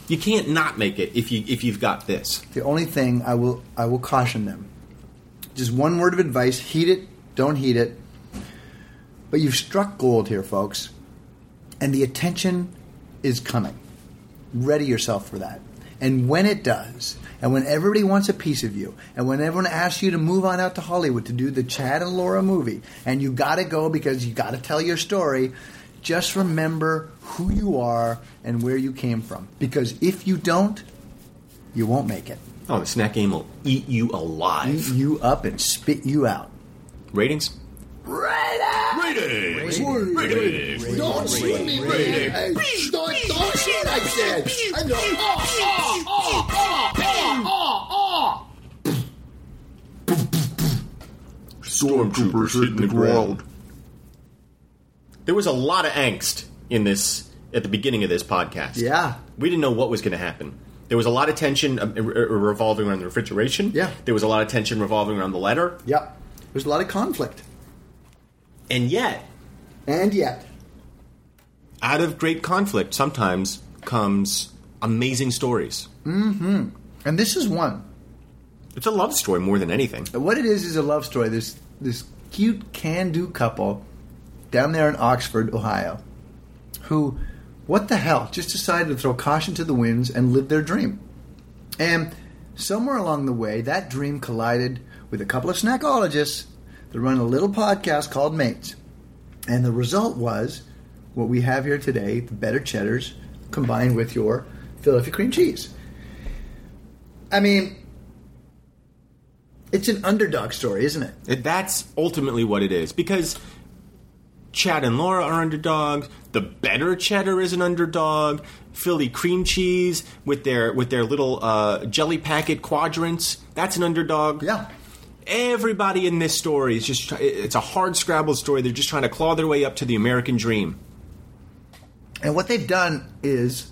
Speaker 2: You can't not make it if you if you've got this.
Speaker 3: The only thing I will I will caution them. Just one word of advice: heat it, don't heat it. But you've struck gold here, folks, and the attention is coming. Ready yourself for that. And when it does, and when everybody wants a piece of you, and when everyone asks you to move on out to Hollywood to do the Chad and Laura movie, and you gotta go because you gotta tell your story, just remember who you are and where you came from. Because if you don't, you won't make it.
Speaker 2: Oh, the snack game will eat you alive.
Speaker 3: Eat you up and spit you out.
Speaker 2: Ratings.
Speaker 6: Don't shoot me, baby. Hey, Don't, don't shoot, I said. I go, oh, oh, oh, oh, oh, oh, oh.
Speaker 2: Stormtroopers hitting the ground. There was a lot of angst in this at the beginning of this podcast.
Speaker 3: Yeah.
Speaker 2: we didn't know what was going to happen. There was a lot of tension um, er- er- revolving around the refrigeration.
Speaker 3: Yeah.
Speaker 2: there was a lot of tension revolving around the letter.
Speaker 3: Yep. There's a lot of conflict.
Speaker 2: And yet,
Speaker 3: And yet,
Speaker 2: out of great conflict, sometimes comes amazing stories.
Speaker 3: and this is one.
Speaker 2: It's a love story more than anything.
Speaker 3: What it is is a love story. This this cute can-do couple down there in Oxford, Ohio, who, what the hell, just decided to throw caution to the winds and live their dream. And somewhere along the way, that dream collided with a couple of snackologists that run a little podcast called Mates. And the result was what we have here today the better cheddars combined with your Philadelphia cream cheese. I mean, it's an underdog story, isn't it?
Speaker 2: It- That's ultimately what it is because Chad and Laura are underdogs. The better cheddar is an underdog. Philly cream cheese with their with their little uh, jelly packet quadrants. That's an underdog.
Speaker 3: Yeah.
Speaker 2: Everybody in this story is just try- it's a hard scrabble story. They're just trying to claw their way up to the American dream.
Speaker 3: And what they've done is,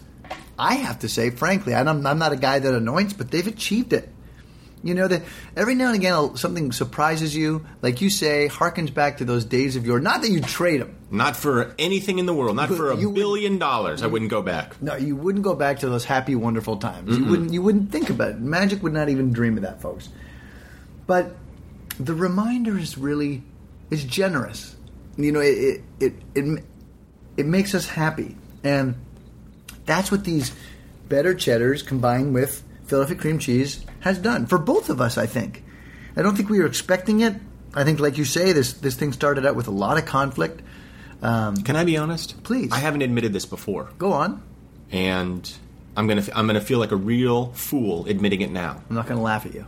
Speaker 3: I have to say, frankly, I don't, I'm not a guy that anoints, but they've achieved it. You know that every now and again something surprises you, like you say, harkens back to those days of yore. Not that you trade them.
Speaker 2: Not for anything in the world. Not
Speaker 3: But
Speaker 2: for a
Speaker 3: you would-
Speaker 2: billion dollars. I wouldn't go back.
Speaker 3: No, you wouldn't go back to those happy, wonderful times. You wouldn't. You wouldn't think about it. Magic would not even dream of that, folks. But the reminder is really is generous. You know, it it it, it it makes us happy. And that's what these better cheddars combined with Philadelphia cream cheese has done for both of us, I think. I don't think we were expecting it. I think, like you say, this, this thing started out with a lot of conflict.
Speaker 2: Can I be honest?
Speaker 3: Please.
Speaker 2: I haven't admitted this before,
Speaker 3: Go on.
Speaker 2: and I'm gonna I'm gonna feel like a real fool admitting it now.
Speaker 3: I'm not going to laugh at you.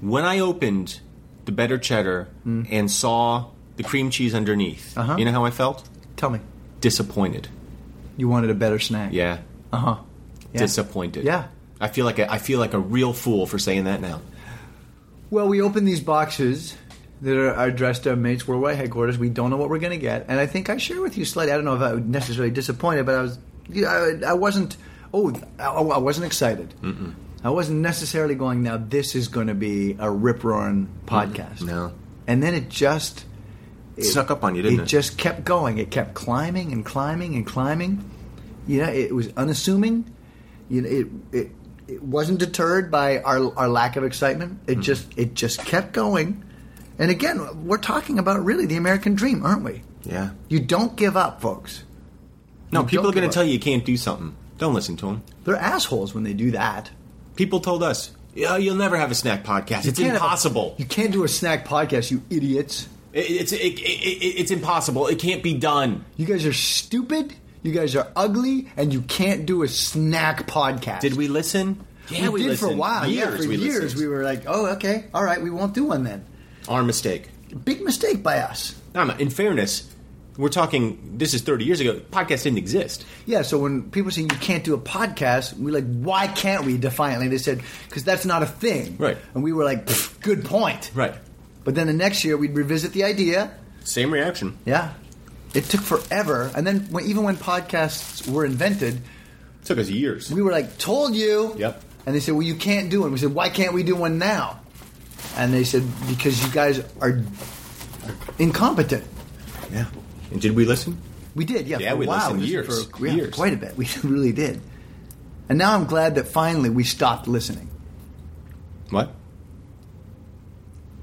Speaker 2: When I opened the better cheddar and saw the cream cheese underneath,
Speaker 3: Hmm. Uh-huh.
Speaker 2: you know how I felt?
Speaker 3: Tell me,
Speaker 2: Disappointed.
Speaker 3: you wanted a better snack?
Speaker 2: Yeah.
Speaker 3: Uh huh. Yeah.
Speaker 2: Disappointed.
Speaker 3: Yeah.
Speaker 2: I feel like a, I feel like a real fool for saying that now.
Speaker 3: Well, we open these boxes that are, are addressed to our mates worldwide headquarters. We don't know what we're going to get, and I think I share with you slightly. I don't know if I was necessarily disappointed, but I was. you know, I, I wasn't. Oh, I, I wasn't excited. Mm-mm. I wasn't necessarily going. Now this is going to be a rip roaring podcast.
Speaker 2: No.
Speaker 3: and then it just
Speaker 2: It snuck up on you, didn't it?
Speaker 3: it just kept going. It kept climbing and climbing and climbing. You know, it was unassuming. You know, it it it wasn't deterred by our our lack of excitement.
Speaker 2: Mm-hmm.
Speaker 3: It just it just kept going. And again, we're talking about really the American dream, aren't we?
Speaker 2: yeah.
Speaker 3: You don't give up, folks.
Speaker 2: No,
Speaker 3: You
Speaker 2: people
Speaker 3: don't
Speaker 2: are going
Speaker 3: give
Speaker 2: to tell
Speaker 3: up.
Speaker 2: you you can't do something. Don't listen to them.
Speaker 3: They're assholes when they do that.
Speaker 2: People told us, yeah, you'll never have a snack podcast.
Speaker 3: You
Speaker 2: it's
Speaker 3: can't have a-
Speaker 2: impossible.
Speaker 3: you can't do a snack podcast, you idiots.
Speaker 2: It- it's it, it, it, it's impossible. It can't be done.
Speaker 3: You guys are stupid. You guys are ugly, and you can't do a snack podcast.
Speaker 2: Did we listen? Yeah,
Speaker 3: we, did for a
Speaker 2: listened.
Speaker 3: while. yeah,
Speaker 2: Years
Speaker 3: for
Speaker 2: we
Speaker 3: years
Speaker 2: listened.
Speaker 3: we were like, oh, okay, all right, we won't do one then.
Speaker 2: Our mistake.
Speaker 3: Big mistake by us.
Speaker 2: No, no, in fairness, we're talking. This is thirty years ago. Podcasts didn't exist.
Speaker 3: Yeah, so when people say you can't do a podcast, we like, why can't we? Defiantly, they said because that's not a thing,
Speaker 2: Right.
Speaker 3: And we were like, "Pfft, good point,
Speaker 2: Right.
Speaker 3: But then the next year we'd revisit the idea.
Speaker 2: Same reaction.
Speaker 3: Yeah, it took forever, and then when, even when podcasts were invented,
Speaker 2: took us years.
Speaker 3: we were like, told you.
Speaker 2: Yep.
Speaker 3: And they said, well, you can't do one. We said, why can't we do one now? And they said, because you guys are incompetent.
Speaker 2: yeah. And did we listen?
Speaker 3: We did, yeah.
Speaker 2: Yeah,
Speaker 3: for a
Speaker 2: we
Speaker 3: while.
Speaker 2: listened
Speaker 3: listened
Speaker 2: years,
Speaker 3: for yeah,
Speaker 2: years.
Speaker 3: quite a bit. [laughs] We really did. And now I'm glad that finally we stopped listening.
Speaker 2: What?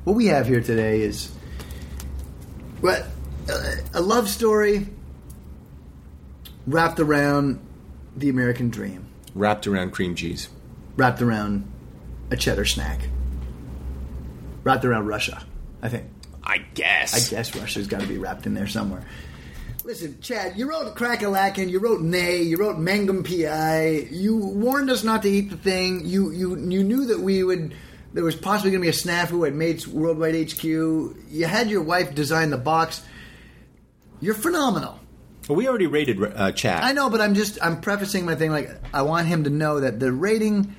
Speaker 3: What we have here today is what uh, a love story wrapped around the American dream,
Speaker 2: Wrapped around cream cheese.
Speaker 3: wrapped around a cheddar snack, wrapped around Russia. I think.
Speaker 2: I
Speaker 3: I
Speaker 2: guess.
Speaker 3: guess Russia's got to be wrapped in there somewhere. Listen, Chad, you wrote Crackalackin, you wrote Nay, you wrote Mangum PI. You warned us not to eat the thing. You you you knew that we would there was possibly going to be a snafu at Mates Worldwide HQ. You had your wife design the box. You're phenomenal.
Speaker 2: Well, we already rated uh, chat.
Speaker 3: I know, but I'm just I'm prefacing my thing like I want him to know that the rating.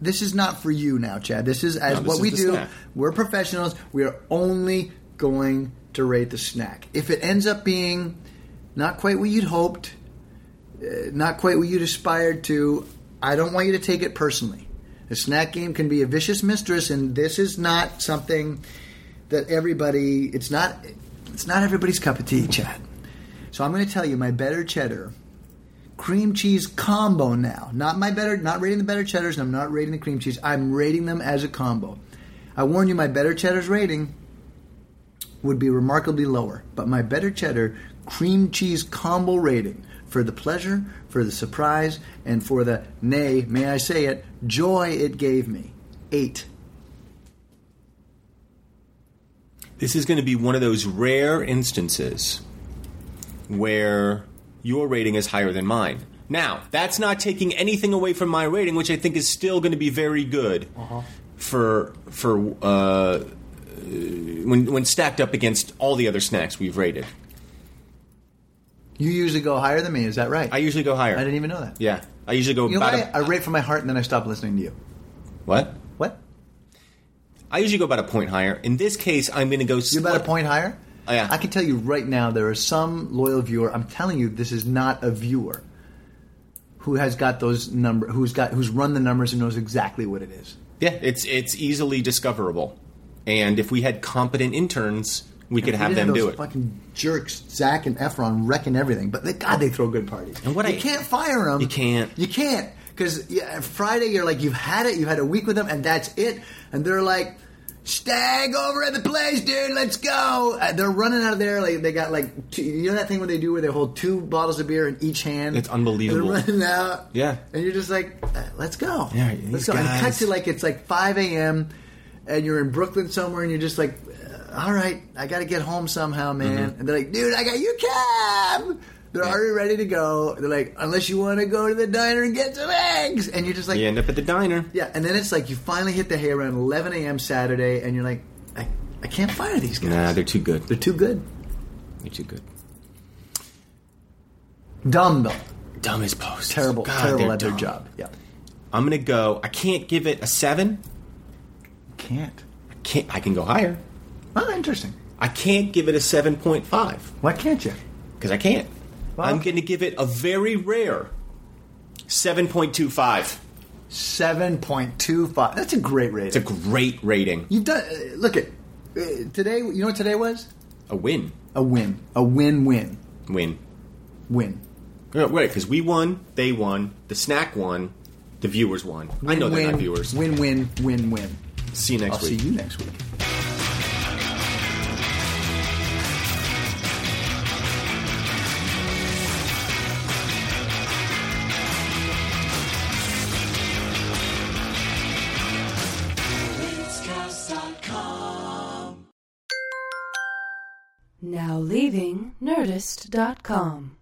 Speaker 3: This is not for you now, Chad. This is as
Speaker 2: No, this
Speaker 3: what
Speaker 2: is
Speaker 3: we
Speaker 2: the
Speaker 3: do.
Speaker 2: snack.
Speaker 3: We're professionals. We are only going to rate the snack. If it ends up being not quite what you'd hoped, uh, not quite what you'd aspired to, I don't want you to take it personally. The snack game can be a vicious mistress, and this is not something that everybody. It's not. It's not everybody's cup of tea, Chad. So I'm going to tell you my better cheddar cream cheese combo now. Not my better, not rating the better cheddars, and I'm not rating the cream cheese. I'm rating them as a combo. I warn you, my better cheddar's rating would be remarkably lower, but my better cheddar cream cheese combo rating for the pleasure, for the surprise, and for the nay, may I say it, joy it gave me. Eight.
Speaker 2: This is going to be one of those rare instances where your rating is higher than mine. Now, that's not taking anything away from my rating, which I think is still going to be very good
Speaker 3: Uh-huh.
Speaker 2: for for uh, uh, when when stacked up against all the other snacks we've rated.
Speaker 3: You usually go higher than me, is that right?
Speaker 2: I usually go higher.
Speaker 3: I didn't even know that.
Speaker 2: Yeah, I usually go
Speaker 3: You know
Speaker 2: about
Speaker 3: why?
Speaker 2: a,
Speaker 3: I rate from my heart and then I stop listening to you.
Speaker 2: what?
Speaker 3: What?
Speaker 2: I usually go about a point higher. In this case, I'm going to go.
Speaker 3: You're about a point higher?
Speaker 2: Oh, yeah.
Speaker 3: I can tell you right now, there are some loyal viewer. I'm telling you, this is not a viewer who has got those number, who's got, who's run the numbers and knows exactly what it is.
Speaker 2: Yeah, it's it's easily discoverable, and if we had competent interns, we could have
Speaker 3: We didn't
Speaker 2: them do
Speaker 3: those
Speaker 2: it.
Speaker 3: Fucking jerks, Zach and Efron wrecking everything. But they, God, they throw good parties.
Speaker 2: And what
Speaker 3: you
Speaker 2: I-
Speaker 3: can't fire them.
Speaker 2: You can't.
Speaker 3: You can't because yeah, Friday you're like you've had it. You've had a week with them, and that's it. And they're like, Stag over at the place, dude. Let's go. Uh, they're running out of there. Like they got like two, you know that thing where they do where they hold two bottles of beer in each hand.
Speaker 2: It's unbelievable.
Speaker 3: They're running out.
Speaker 2: Yeah.
Speaker 3: and you're just like, uh, let's go.
Speaker 2: Yeah,
Speaker 3: let's
Speaker 2: these
Speaker 3: go. And cut
Speaker 2: guys-
Speaker 3: to like it's like 5 a.m. and you're in Brooklyn somewhere, and you're just like, uh, all right, I got to get home somehow, man. And they're like, dude, I got your cab. They're already ready to go. They're like, unless you want to go to the diner and get some eggs, and you're just like,
Speaker 2: You end up at the diner.
Speaker 3: yeah, and then it's like you finally hit the hay around 11 a.m. Saturday, and you're like, I, I can't fire these guys.
Speaker 2: Nah, they're too good.
Speaker 3: They're too good.
Speaker 2: They're too good.
Speaker 3: Dumb, though.
Speaker 2: Dumb as post.
Speaker 3: Terrible, terrible at their job. Yeah.
Speaker 2: I'm gonna go. I can't give it a seven.
Speaker 3: Can't.
Speaker 2: I can't. I can go higher.
Speaker 3: Oh, interesting.
Speaker 2: I can't give it a seven point five
Speaker 3: Why can't you?
Speaker 2: because I can't.
Speaker 3: Well-
Speaker 2: I'm going to give it a very rare seven point two five.
Speaker 3: 7.25. That's a great rating.
Speaker 2: It's a great rating.
Speaker 3: You've done. Uh, look at. Uh, today, you know what today was?
Speaker 2: A win.
Speaker 3: A win. A win win
Speaker 2: Win.
Speaker 3: win.
Speaker 2: Yeah, Right, because Uh, we won, they won, the snack won, the viewers won. I know they're
Speaker 3: win,
Speaker 2: not viewers.
Speaker 3: Win win win win.
Speaker 2: See you next
Speaker 3: I'll
Speaker 2: week.
Speaker 3: see you next week.
Speaker 4: Nerdist.com.
Speaker 1: Now leaving Nerdist.com.